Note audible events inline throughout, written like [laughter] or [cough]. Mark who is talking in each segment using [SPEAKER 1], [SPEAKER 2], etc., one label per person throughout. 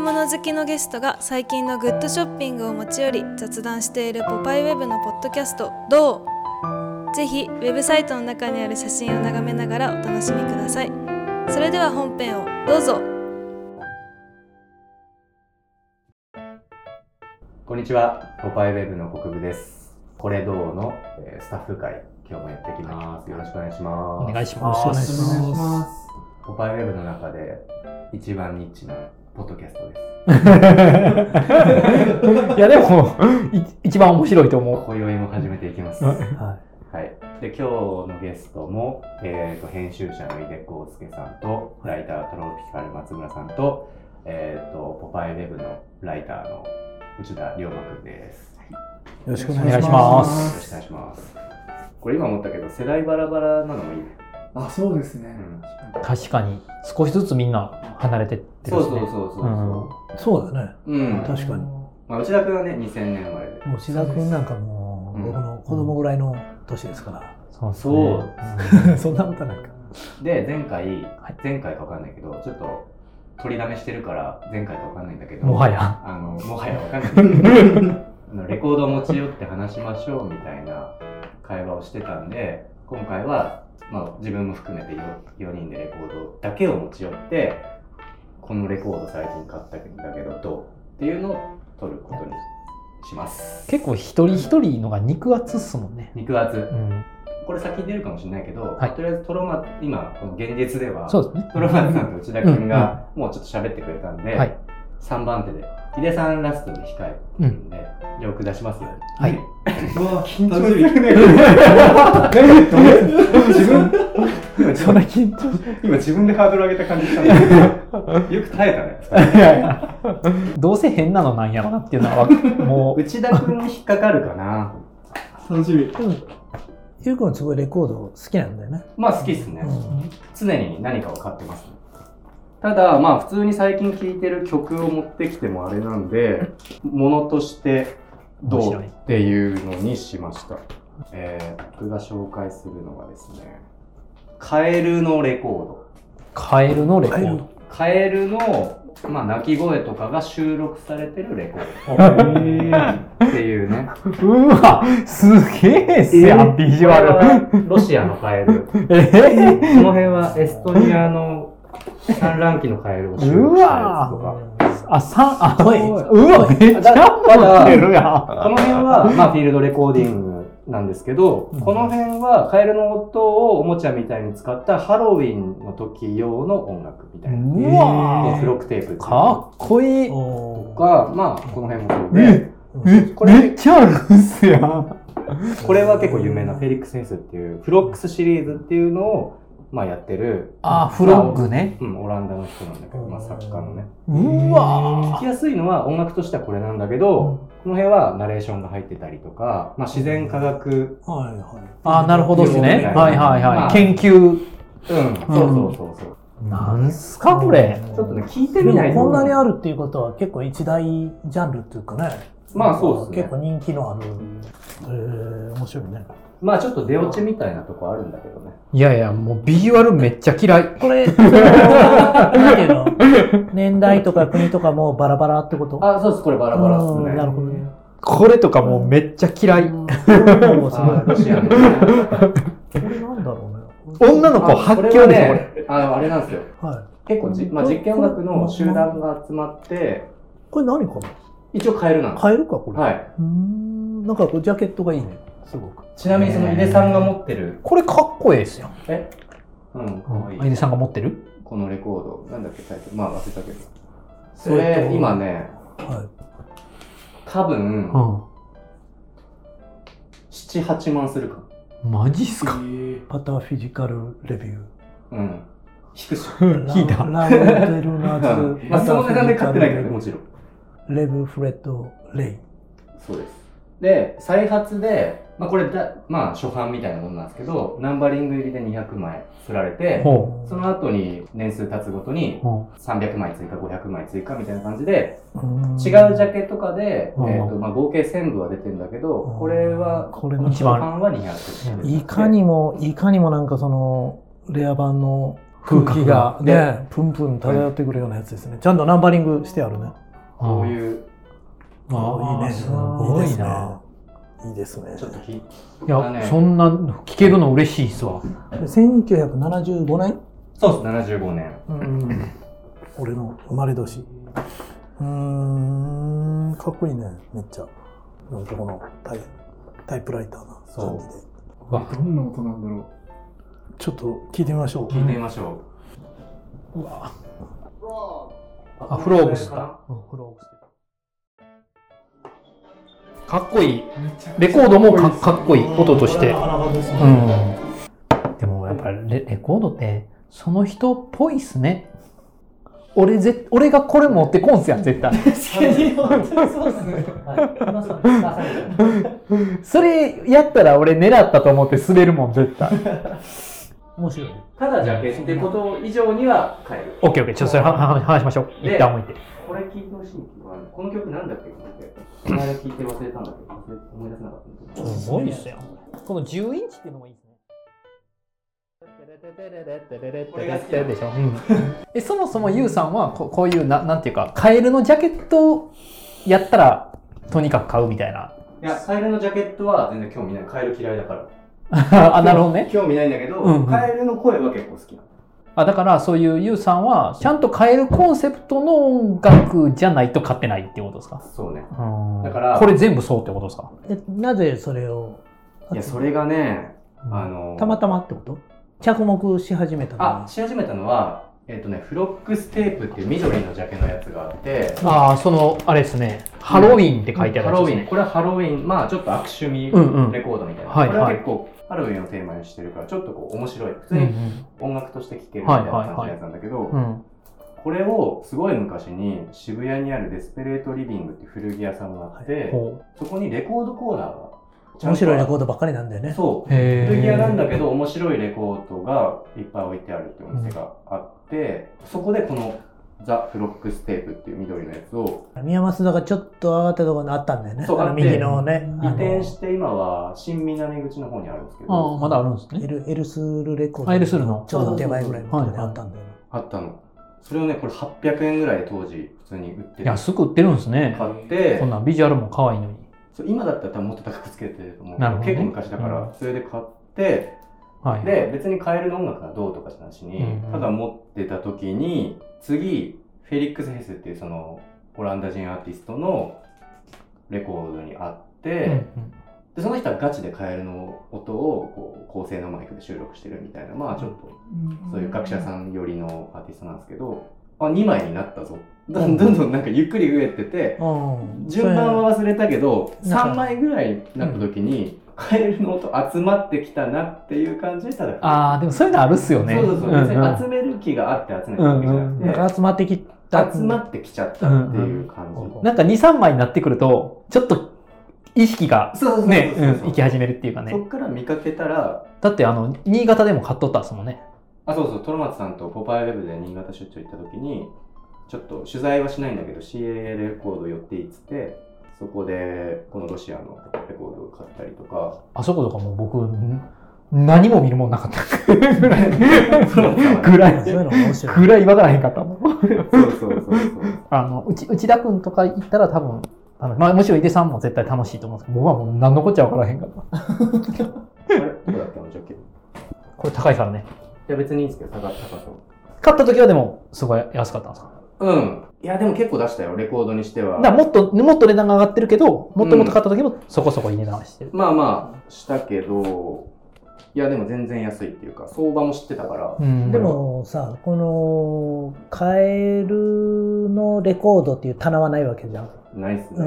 [SPEAKER 1] 物好きのゲストが最近のグッドショッピングを持ち寄り雑談しているポパイウェブのポッドキャスト「どう?」ぜひウェブサイトの中にある写真を眺めながらお楽しみくださいそれでは本編をどうぞ
[SPEAKER 2] こんにちは、ポパイウェブの国部です。これどうの、えースタッフ会、今日もやっていきます。よろしくお願いします。
[SPEAKER 3] お願いし
[SPEAKER 4] よろ
[SPEAKER 3] ま
[SPEAKER 4] し
[SPEAKER 3] す。
[SPEAKER 4] くお願いし
[SPEAKER 3] す。
[SPEAKER 4] ま
[SPEAKER 2] ポパイウェブの中で一番ニッチなポッドキャストです。
[SPEAKER 3] いやでもい一番面白いと思
[SPEAKER 2] 今宵も始めていきます。
[SPEAKER 3] う。
[SPEAKER 2] はい。
[SPEAKER 4] は
[SPEAKER 2] で、今日のゲストも、えー、と編集者の井出康介さんと、ライタートロピカル松村さんと、えっ、と、ポパイウェブのライターの内田龍馬くんです。
[SPEAKER 4] い。よろしくお
[SPEAKER 3] 願いします
[SPEAKER 2] よろしくお願いします。これ今思ったけど、世代バラバラなのもいいね。
[SPEAKER 4] あ、そうですね。
[SPEAKER 2] うん
[SPEAKER 3] 確かに少しずつみんな離れてってる
[SPEAKER 2] そう
[SPEAKER 3] し
[SPEAKER 2] そうそ
[SPEAKER 3] ね
[SPEAKER 2] う。そう
[SPEAKER 4] そうだね。
[SPEAKER 2] そう。うん。
[SPEAKER 4] 確かに。
[SPEAKER 2] まあ、内田君はね、2000年生まれで。
[SPEAKER 4] もう志田君なんかもう、
[SPEAKER 2] うん
[SPEAKER 4] 僕の子供ぐらいの年ですから。
[SPEAKER 3] そうです
[SPEAKER 2] そう
[SPEAKER 3] ね。
[SPEAKER 4] そんなことないか。
[SPEAKER 2] で、前回、
[SPEAKER 3] い
[SPEAKER 2] 前回かわかんないけど、ちょっと取りだめしてるから、前回かわかんないんだけど、
[SPEAKER 3] もはや。
[SPEAKER 2] あの、もはやわかんないんだけどあの、レコードを持ち寄って話しましょうみたいな会話をしてたんで、今回は、まあ、自分も含めて 4, 人でレコードだけを持ち寄って、このレコード最近買ったんだけど、どうっていうのを撮ることにします。
[SPEAKER 3] 結構一人一人のが肉厚っすもんね。
[SPEAKER 2] 肉厚。
[SPEAKER 3] うん。
[SPEAKER 2] これ先に出るかもしれないけど、
[SPEAKER 3] はい
[SPEAKER 2] とりあえずトロマ今この現実では
[SPEAKER 3] そうですね。
[SPEAKER 2] トロマツさんと内田君がもうちょっと喋ってくれたんで、
[SPEAKER 3] はい
[SPEAKER 2] 3番手で井出さんラストで控えてるんで、よく出しますよ
[SPEAKER 3] はい
[SPEAKER 2] 緊張するね自分今自
[SPEAKER 3] [laughs] そんな
[SPEAKER 2] 分
[SPEAKER 3] 緊
[SPEAKER 2] [laughs]
[SPEAKER 3] 張し
[SPEAKER 2] 今自分でハードル上げた感じしたんだけどよく耐えた [laughs] ね
[SPEAKER 3] いやいやどうせ変なのなんやろなっていうのはわかも
[SPEAKER 2] 内田君に引っかかるかな
[SPEAKER 4] 楽しみ。ゆうくんはすごいレコード好きなんだよね。
[SPEAKER 2] まあ好きっすね、
[SPEAKER 4] うん
[SPEAKER 2] 常に何かを買ってますねただまあ普通に最近聴いてる曲を持ってきてもあれなん [laughs] でものとして
[SPEAKER 3] う
[SPEAKER 2] ど
[SPEAKER 3] 面
[SPEAKER 2] う
[SPEAKER 3] 白
[SPEAKER 2] っ
[SPEAKER 3] い。
[SPEAKER 2] ていうのにしました、えー僕が紹介するのがですねカエルのレコ
[SPEAKER 3] カエルのレコ
[SPEAKER 4] カエ
[SPEAKER 3] ー
[SPEAKER 4] ル
[SPEAKER 3] ド。
[SPEAKER 2] ードカエルのまあ鳴き声とかが収録されてるレコードっていうね
[SPEAKER 3] うわすげえっすやん、ビジュアル。
[SPEAKER 2] これはロシアのカエ [laughs] ル
[SPEAKER 3] えー
[SPEAKER 2] この辺はエストニアの産卵期のカエルを収録したやつとか
[SPEAKER 3] あ、三、あ、
[SPEAKER 4] 遠いう
[SPEAKER 3] わ、めっちゃ持ってるやん。
[SPEAKER 2] この辺は、まあ、フィールドレコーディングなんですけど、
[SPEAKER 3] うん
[SPEAKER 2] この辺はカエルの音をおもちゃみたいに使ったハロウィンの時用の音楽みたいな。
[SPEAKER 3] うわ
[SPEAKER 2] でフロックテープっていうの
[SPEAKER 3] かっこいい。
[SPEAKER 2] と
[SPEAKER 4] おー
[SPEAKER 2] か、まあ、この辺もそうで、
[SPEAKER 4] うん
[SPEAKER 2] これ
[SPEAKER 3] っちゃあるっすやん。
[SPEAKER 2] これは結構有名なフェリックス・ヘスっていう、フロックスシリーズっていうのを、まあ、やってる、
[SPEAKER 3] あ、フロッグね。
[SPEAKER 2] うん、オランダの人なんだけど、まあ、作家のね。
[SPEAKER 3] う
[SPEAKER 2] 聞
[SPEAKER 3] わ
[SPEAKER 2] きやすいのは音楽としてはこれなんだけど、この辺はナレーションが入ってたりとか、まあ、自然科学、
[SPEAKER 4] はいはい。
[SPEAKER 3] あ、なるほどっすね。はいはい
[SPEAKER 2] まあ
[SPEAKER 3] はい。研究。
[SPEAKER 2] うん、そうそうそうそう。
[SPEAKER 3] なんすか、これ。
[SPEAKER 2] ちょっとね、聞いて
[SPEAKER 4] で
[SPEAKER 2] みない
[SPEAKER 4] も
[SPEAKER 2] と。
[SPEAKER 4] こんなにあるっていうことは結構一大ジャンルっていうかね。
[SPEAKER 2] まあそうですね
[SPEAKER 4] 結構人気のある。えー、面白いね。
[SPEAKER 2] まあちょっと出落ちみたいなとこあるんだけどね。
[SPEAKER 3] いやいや、もうビジュアルめっちゃ嫌い。
[SPEAKER 4] こ [laughs] れ、そのなんていうの年代とか国とかもバラバラってこと
[SPEAKER 2] あ、そうです。これバラバラですね。
[SPEAKER 4] うんなるほどね。
[SPEAKER 3] これとかもうめっちゃ嫌い。
[SPEAKER 4] もうその
[SPEAKER 2] あ
[SPEAKER 4] こ
[SPEAKER 2] ロシアのね。
[SPEAKER 4] れなんだろうね。
[SPEAKER 3] 女の子
[SPEAKER 2] あ
[SPEAKER 3] 発
[SPEAKER 2] こ
[SPEAKER 3] 狂
[SPEAKER 2] れは
[SPEAKER 3] です、これ。
[SPEAKER 2] ね、ああれなんですよ。
[SPEAKER 4] はい。
[SPEAKER 2] 結構じ、まあ、実験音楽の集団が集まって、
[SPEAKER 4] これ何かな
[SPEAKER 2] 一応カエルなんです。
[SPEAKER 4] 買えるかこれ。。
[SPEAKER 2] はいい。
[SPEAKER 4] うーん。なんかこうジャケットがいいね。すごく。
[SPEAKER 2] ちなみにその井出さんが持ってる、
[SPEAKER 3] これかっこええっすよ。
[SPEAKER 2] えうん、かわい
[SPEAKER 3] あゆ
[SPEAKER 2] い。
[SPEAKER 3] りさんが持ってる
[SPEAKER 2] このレコード、なんだっけ、タイトル。まあ忘れたけど。そ
[SPEAKER 4] えっ
[SPEAKER 2] れ、
[SPEAKER 4] と
[SPEAKER 2] 今ね、
[SPEAKER 4] は
[SPEAKER 2] 多分、
[SPEAKER 3] ん。
[SPEAKER 2] 7、8万するかも。
[SPEAKER 3] マジっすか
[SPEAKER 4] い。パターフィジカルレビュー。
[SPEAKER 2] うん。低くし。
[SPEAKER 3] 聞いた。
[SPEAKER 4] ラウンデルナー
[SPEAKER 2] [laughs] う
[SPEAKER 4] ズ。
[SPEAKER 2] んまあ、その値段で買ってないけどね、もちろん。
[SPEAKER 4] レブフレッド・レイ。
[SPEAKER 2] そうです。で、再発で、まあ、これだ、まあ、初版みたいなものなんですけど、ナンバリング入りで200枚振られて、
[SPEAKER 3] ほ
[SPEAKER 2] その後に年数経つごと
[SPEAKER 3] う。
[SPEAKER 2] に
[SPEAKER 3] ほ
[SPEAKER 2] 300枚追加、500枚追加みたいな感じで、
[SPEAKER 4] 違
[SPEAKER 2] 違うジャケとかで、
[SPEAKER 3] うん
[SPEAKER 2] えっと、まあ、合計1000部は出てんだけど、これは、
[SPEAKER 4] これ
[SPEAKER 2] この
[SPEAKER 4] の
[SPEAKER 3] 一
[SPEAKER 2] 初
[SPEAKER 3] 番
[SPEAKER 2] 版は200。
[SPEAKER 4] いかにも、いかにもなんかその、レア版の空気が
[SPEAKER 3] ね
[SPEAKER 4] ね、プンプン漂ってくるようなやつですね。ちゃんとナンバリングしてあるね。
[SPEAKER 2] こういう、
[SPEAKER 3] ああ
[SPEAKER 4] いいね。
[SPEAKER 3] すごいな。
[SPEAKER 4] いいですね。いい
[SPEAKER 2] ちょっと
[SPEAKER 4] で
[SPEAKER 2] ひ、
[SPEAKER 3] いや、そんな聞けるの嬉しいっすわ。
[SPEAKER 4] すね。1975年
[SPEAKER 2] そうです、75年。
[SPEAKER 4] うん。俺の生まれ年。うーん、かっこいいね、めっちゃ。なんかこのタイタイプライターな感じで。
[SPEAKER 5] どんな音なんだろ
[SPEAKER 4] ちょっと聞いてみましょう。
[SPEAKER 2] 聞いてみましょ
[SPEAKER 3] うわ
[SPEAKER 2] う。
[SPEAKER 3] アフローブスだ。かっこいい。
[SPEAKER 5] う。めちゃくち
[SPEAKER 3] レ
[SPEAKER 5] ゃ
[SPEAKER 3] コードもかかっこいい、音として。う
[SPEAKER 4] うん
[SPEAKER 3] ん。でもやっぱりレレコードって、その人っぽいっすね。俺ぜ、俺がこれ持ってこんすやん、絶対。それやったら俺狙ったと思って滑るもん、絶対。
[SPEAKER 4] 面白い。
[SPEAKER 2] ただジャケってこと以上には変える。
[SPEAKER 3] オッケーオッケー、ちょっとそれはは話しましょう。
[SPEAKER 2] ね
[SPEAKER 3] 一旦置いて。
[SPEAKER 2] これ聞いてほしい曲は、この曲なんだっけこの前聞いて忘れたんだけど、忘れ思い出せなかったんだけど。
[SPEAKER 3] すごいっすよ。この10インチっていうのもいいですね。でしょ、えそもそもユウさんはここういうななんていうかカエルのジャケットをやったらとにかく買うみたいな [laughs]
[SPEAKER 2] いや、カエルのジャケットは全然興味ない。カエル嫌いだから。
[SPEAKER 3] あなるほどね
[SPEAKER 2] 興味ないんだけど、
[SPEAKER 3] うんうん
[SPEAKER 2] カエルの声は結構好きなの。
[SPEAKER 3] あだからそういうユウさんはちゃんとカエルコンセプトの音楽じゃないと買ってないっていうことですか
[SPEAKER 2] そうね。
[SPEAKER 3] だ
[SPEAKER 2] だから
[SPEAKER 3] これ全部そうってことですか
[SPEAKER 4] えなぜそれを
[SPEAKER 2] いや、それがね、あの、
[SPEAKER 4] たまたまってこと着目し始めたの
[SPEAKER 2] あ
[SPEAKER 4] は、
[SPEAKER 2] し始めたのは、えっ、とね、フロックステープっていう緑のジャケのやつがあって、
[SPEAKER 3] ああそのあれですねハロウィンって書いてあ
[SPEAKER 2] ハ
[SPEAKER 3] るや
[SPEAKER 2] ロ
[SPEAKER 3] つ
[SPEAKER 2] ウィ
[SPEAKER 3] ですね
[SPEAKER 2] ン、これはハロウィン、まあちょっと悪趣味
[SPEAKER 3] うんうん
[SPEAKER 2] レコードみたいな。
[SPEAKER 3] はい
[SPEAKER 2] これは
[SPEAKER 3] はい
[SPEAKER 2] 結構、ハロウィンをテーマにしてるから、ちょっとこう面白い。普通
[SPEAKER 3] うん
[SPEAKER 2] に音楽として聴けるみたいな感じのやつなんだけど、
[SPEAKER 3] うんうん
[SPEAKER 2] これをすごい昔に渋谷にあるデスペレートリビングっていう古着屋さんがあって、
[SPEAKER 3] ほう
[SPEAKER 2] そこにレコードコーナーが
[SPEAKER 4] 面白いレ
[SPEAKER 2] ー
[SPEAKER 4] コードばっかりなんだよね。
[SPEAKER 2] そう
[SPEAKER 3] へー
[SPEAKER 2] 古着屋なんだけど面白いレコードがいっぱい置いてあるっていうお店があって、そこでこのザ・フロックステープっていう緑のやつを
[SPEAKER 4] 宮益田がちょっと上がったところにあったんだよね。
[SPEAKER 2] そう
[SPEAKER 4] あ
[SPEAKER 2] あ
[SPEAKER 4] の
[SPEAKER 2] って
[SPEAKER 4] 右のね、
[SPEAKER 2] 移
[SPEAKER 4] あ
[SPEAKER 2] 転
[SPEAKER 4] の
[SPEAKER 2] して今は新南口の方にあるんですけ
[SPEAKER 3] ああ
[SPEAKER 2] ど
[SPEAKER 3] まだあるんです
[SPEAKER 4] エ
[SPEAKER 3] ね
[SPEAKER 4] ルエルスールレコード。
[SPEAKER 3] あエルスールの
[SPEAKER 4] ちょうど手前ぐらいのところに
[SPEAKER 3] はいはい
[SPEAKER 4] あったんだよね。
[SPEAKER 2] あったのそれをねこれ800円ぐらいで当時普通に売ってて買
[SPEAKER 3] 安く売ってるんです
[SPEAKER 2] っ
[SPEAKER 3] ね
[SPEAKER 2] て
[SPEAKER 3] こんなんビジュアルも可愛いのに
[SPEAKER 2] そう今だったら多分もっと高くつけてると思うけ
[SPEAKER 3] な
[SPEAKER 2] ど
[SPEAKER 3] るほどね
[SPEAKER 2] 結構昔だか
[SPEAKER 3] うん
[SPEAKER 2] らそれで買って、
[SPEAKER 3] はい
[SPEAKER 2] で別にカエルの音楽がどうとかじゃなしに、
[SPEAKER 3] うんうん
[SPEAKER 2] ただ持ってた時に次フェリックス・ヘスっていうそのオランダ人アーティストのレコードにあって、
[SPEAKER 3] うんうん
[SPEAKER 2] でその人はガチでカエルの音をこう高性能マイクで収録してるみたいなまあちょっとそういう学者
[SPEAKER 5] ん。
[SPEAKER 2] さん寄りのアーティストなんですけど、あ2枚になったぞどんどんどんなんかゆっくり増えてて
[SPEAKER 4] うん
[SPEAKER 2] 順番は忘れたけど
[SPEAKER 4] そうやな
[SPEAKER 2] 3枚ぐらいになった時に、カエルの音集まってきたなっていう感じでただ
[SPEAKER 3] ああでもそういうのあるっすよね
[SPEAKER 2] そうそうそう、
[SPEAKER 3] んん
[SPEAKER 2] 別に集める気があって集めたわけじゃなくて、
[SPEAKER 3] うんうん
[SPEAKER 4] なんか集まってきた。
[SPEAKER 2] 集まってきちゃったっていう感じ、
[SPEAKER 4] うんうん
[SPEAKER 3] なんか23枚になってくるとちょっと意識が
[SPEAKER 2] そうそうそう
[SPEAKER 3] ね
[SPEAKER 2] そうそう
[SPEAKER 3] うん行き始めるっていうか
[SPEAKER 2] そ
[SPEAKER 3] ね
[SPEAKER 2] っから見かけたら
[SPEAKER 3] だってあの新潟でも買っとったっすもんね
[SPEAKER 2] あそうそうトロマツさんと「ポパイウェブ」で新潟出張行った時にちょっと取材はしないんだけど CAA レコード寄っていいっつってそこでこのロシアのレコードを買ったりとか
[SPEAKER 3] あそことかもう僕ん何も見るもんなかったぐらい
[SPEAKER 2] [laughs]
[SPEAKER 3] ぐら
[SPEAKER 4] そういう
[SPEAKER 3] い
[SPEAKER 4] の面白い。
[SPEAKER 3] ぐらいわからへんかったもん
[SPEAKER 2] そうそうそうそう
[SPEAKER 3] あのうち内田君とか行ったら多分あのまあ、むしろ井出さんも絶対楽しいと思うんですけど僕はもう何のこっちゃわからへんかった
[SPEAKER 2] あれどこだったのジャケい
[SPEAKER 3] これ高いからね
[SPEAKER 2] や別にいいんですけど高高そう
[SPEAKER 3] 買った時はでもすごい安かったんですか
[SPEAKER 2] うんいやでも結構出したよレコードにしては
[SPEAKER 3] だからもっともっと値段が上がってるけどもっともっと買った時もそこそこいい値段してる、
[SPEAKER 2] まあまあしたけどいやでも全然安いっていうか相場も知ってたから、
[SPEAKER 3] うん
[SPEAKER 4] でもさ、このカエルのレコードっていう棚はないわけじゃん。
[SPEAKER 2] ないっすね、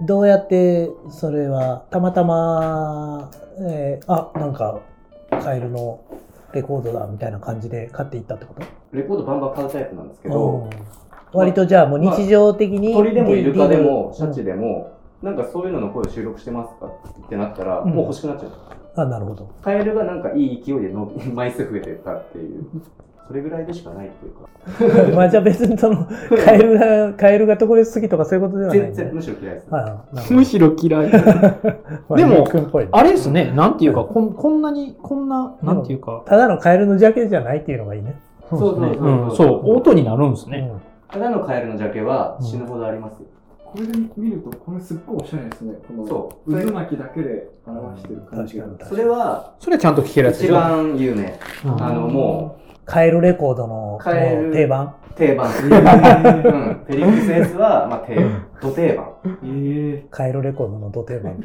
[SPEAKER 4] うん、どうやってそれはたまたま、えーあなんかカエルのレコードだみたいな感じで買っていったってこと
[SPEAKER 2] レコードバンバン買うタイプなんですけ
[SPEAKER 4] う
[SPEAKER 2] ど
[SPEAKER 4] ん割とじゃあもう日常的に、
[SPEAKER 2] 鳥でもイルカでも
[SPEAKER 4] リ
[SPEAKER 2] シャチでも、なんかそういうのの声を収録してますかってなったら、
[SPEAKER 4] うん
[SPEAKER 2] もう欲しくなっちゃう
[SPEAKER 4] うんあなるほど [laughs]
[SPEAKER 2] カエルがなんかいい勢いでの枚数増えてったっていうそれぐらいでしかないっていうか
[SPEAKER 4] まあじゃあ別にそ
[SPEAKER 2] [laughs]
[SPEAKER 4] のカエルがカエルが特別好きとかそういうことではな
[SPEAKER 2] 全
[SPEAKER 4] いんだ
[SPEAKER 2] 然
[SPEAKER 4] ね
[SPEAKER 2] むしろ嫌いです、
[SPEAKER 4] はいはいなるほど
[SPEAKER 3] むしろ嫌い。
[SPEAKER 4] まあ
[SPEAKER 3] でも
[SPEAKER 4] リュウ君っぽいね
[SPEAKER 3] [laughs] あれですね、なんていうか、こんこんなに、こんな、なんていうか、
[SPEAKER 4] ただのカエルのジャケじゃないっていうのがいいね
[SPEAKER 2] そうそうそう
[SPEAKER 3] ですねんそう、音になるんですね。
[SPEAKER 2] ただのカエルのジャケは死ぬほどありますよ。
[SPEAKER 5] これで見ると、これすっごいおしゃれですね。この
[SPEAKER 2] そう。それ
[SPEAKER 5] 渦巻きだけで表してる感じが。
[SPEAKER 6] 確かに
[SPEAKER 2] それは
[SPEAKER 3] それはちゃんと聞けるやつで
[SPEAKER 2] 一
[SPEAKER 3] しょ。
[SPEAKER 2] 番有名。
[SPEAKER 3] うん
[SPEAKER 2] あの、も
[SPEAKER 4] カエルレコードの
[SPEAKER 2] カエル
[SPEAKER 4] もう定番。
[SPEAKER 2] う定
[SPEAKER 4] [laughs]
[SPEAKER 2] 番。うん。フェリックス S は、まあ、定、土定番。
[SPEAKER 5] え
[SPEAKER 4] カエルレコードのど定番。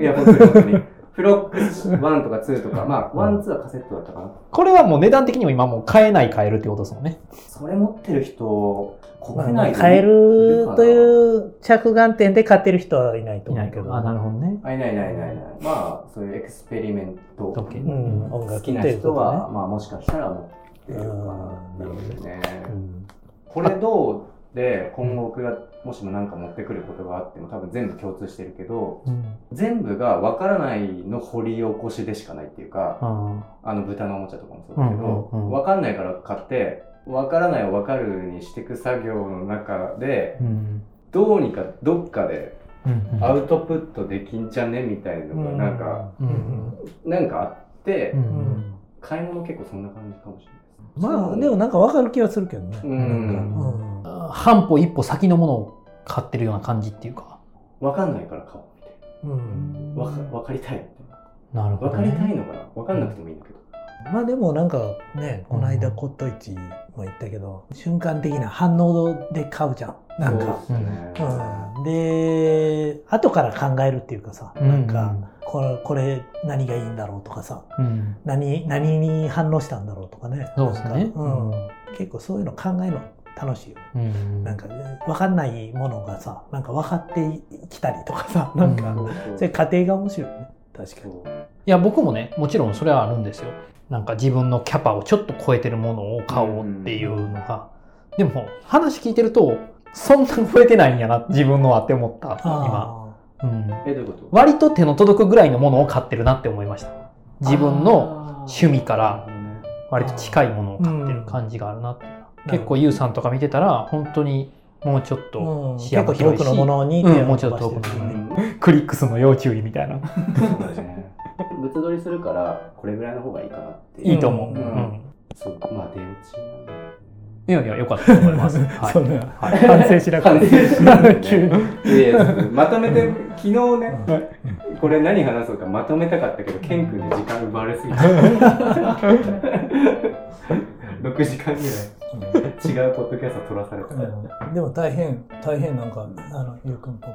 [SPEAKER 2] いや、本当に本当に。フロックス1とか2とか、まあ、1、2はカセットだったかな。
[SPEAKER 3] これはもう値段的にも今もう買えない買えるってことですもんね。
[SPEAKER 2] それ持ってる人、国
[SPEAKER 4] まあ
[SPEAKER 2] 内で。
[SPEAKER 4] カエルと
[SPEAKER 2] う。
[SPEAKER 4] いう着眼点で買ってる人はいないと思うけど。
[SPEAKER 3] あ、なるほどね。
[SPEAKER 2] あ、いないいないいないいない。まあ、そういうエクスペリメント。
[SPEAKER 3] オッケ
[SPEAKER 4] う
[SPEAKER 3] ー
[SPEAKER 4] ん、音
[SPEAKER 2] 好
[SPEAKER 4] 楽
[SPEAKER 2] きな
[SPEAKER 4] というこ
[SPEAKER 2] 人
[SPEAKER 4] とね
[SPEAKER 2] は、まあ、もしかしたら持ってるかなっていうことでね。
[SPEAKER 4] うん
[SPEAKER 2] これどうで今後僕がもしも何か持ってくることがあっても多分全部共通してるけど
[SPEAKER 3] うん。
[SPEAKER 2] 全部が分からないの掘り起こしでしかないっていうか
[SPEAKER 3] あ
[SPEAKER 2] あの豚のおもちゃとかもそうだけど、
[SPEAKER 3] うんうんうん
[SPEAKER 2] 分かんないから買って分からないを分かるにしていく作業の中
[SPEAKER 3] ー
[SPEAKER 2] で
[SPEAKER 3] うん。
[SPEAKER 2] どうにかどっかで
[SPEAKER 3] うんうん
[SPEAKER 2] アウトプットできんじゃねみたいなのがなんか、
[SPEAKER 3] うんうん
[SPEAKER 2] なんかあって、
[SPEAKER 3] うん
[SPEAKER 2] 買い物結構そんな感じかもしれないです。
[SPEAKER 4] まあ、でもなんかわかる気はするけどね。
[SPEAKER 2] うん
[SPEAKER 4] なんかうん
[SPEAKER 3] 半歩一歩先のものを買ってるような感じっていうか。
[SPEAKER 2] 分かんないから買おうみたい
[SPEAKER 6] うん。
[SPEAKER 2] な分か分かりたいみたいな。
[SPEAKER 3] なるほ
[SPEAKER 2] 分
[SPEAKER 3] ど
[SPEAKER 2] か
[SPEAKER 3] ね。
[SPEAKER 2] りたいのかな分かんなくてもいいんだけど。
[SPEAKER 4] まあでもなんかね、この間骨董市も言ったけど、瞬間的な反応で買うじゃん。なんか。
[SPEAKER 2] そうっすね
[SPEAKER 4] うん、で、後から考えるっていうかさ、なんか、これ、これ何がいいんだろうとかさ、
[SPEAKER 3] うん。うん。
[SPEAKER 4] 何、何に反応したんだろうとかね。
[SPEAKER 3] そうですね
[SPEAKER 4] なんかうん。結構そういうの考えるの楽しいよね。
[SPEAKER 3] うん。
[SPEAKER 4] なんか、ね、分かんないものがさ、なんか分かってきたりとかさ、なんか、
[SPEAKER 3] う
[SPEAKER 4] それ過程が面白いよね。確かに。
[SPEAKER 2] そう
[SPEAKER 3] いや、僕もね、もちろんそれはあるんですよ。なんか自分のキャパをちょっと超えてるものを買おうっていうのが。でも、話聞いてると、そんな超えてないんやな、自分のはって思った、今。
[SPEAKER 4] あ
[SPEAKER 3] うん。
[SPEAKER 2] え、どういうこと
[SPEAKER 3] 割と手の届くぐらいのものを買ってるなって思いました。自分の趣味から割と近いものを買ってる感じがあるなっていうのは
[SPEAKER 4] うん
[SPEAKER 3] 結構ユウさんとか見てたら本当にもうちょっ
[SPEAKER 4] ーう
[SPEAKER 3] と
[SPEAKER 4] ん
[SPEAKER 3] 視
[SPEAKER 4] 結
[SPEAKER 3] 野も
[SPEAKER 4] 構遠
[SPEAKER 3] 広い
[SPEAKER 4] く
[SPEAKER 3] し、
[SPEAKER 4] のものに
[SPEAKER 3] うんもうちょっと遠くの
[SPEAKER 4] 手を伸ば
[SPEAKER 2] う
[SPEAKER 4] してるよね
[SPEAKER 2] ん
[SPEAKER 3] クリックスの要注意みたいな
[SPEAKER 2] そうだね物撮りするから、これぐらいの方がいいかなっていう。
[SPEAKER 3] いいと思
[SPEAKER 2] う
[SPEAKER 3] う、
[SPEAKER 2] ん
[SPEAKER 3] うん
[SPEAKER 2] そう、まあ、出落ちなんだよね
[SPEAKER 3] いやいやよかったと思い
[SPEAKER 4] [laughs]
[SPEAKER 3] ます、はい、
[SPEAKER 4] そんな
[SPEAKER 3] はい
[SPEAKER 4] 反省しなかっ
[SPEAKER 2] 反省しなかった
[SPEAKER 4] た。
[SPEAKER 2] ね
[SPEAKER 4] 急
[SPEAKER 2] い
[SPEAKER 4] に。
[SPEAKER 2] やいやまとめて、昨日ね、これ何話そうかまとめたかったけど、ケン君に時間奪われす
[SPEAKER 3] [laughs]
[SPEAKER 2] ぎた。6時間ぐらい。違うポッドキャスト撮らされた。
[SPEAKER 6] うんでも大変、大変なんか、あの、ゆうくんっぽく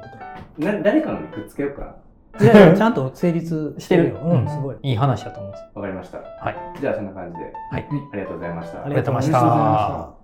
[SPEAKER 6] て。
[SPEAKER 2] な誰かのにくっつけようかな。
[SPEAKER 4] いやいやちゃんと成立してるよ。
[SPEAKER 3] う
[SPEAKER 4] うんん、すごい。
[SPEAKER 3] いい話だと思います
[SPEAKER 2] わかりました。
[SPEAKER 3] はい
[SPEAKER 2] じゃあ、そんな感じで。
[SPEAKER 3] はい
[SPEAKER 2] ありがとうございました
[SPEAKER 3] ありがとうございまし
[SPEAKER 5] ありがとうございましたた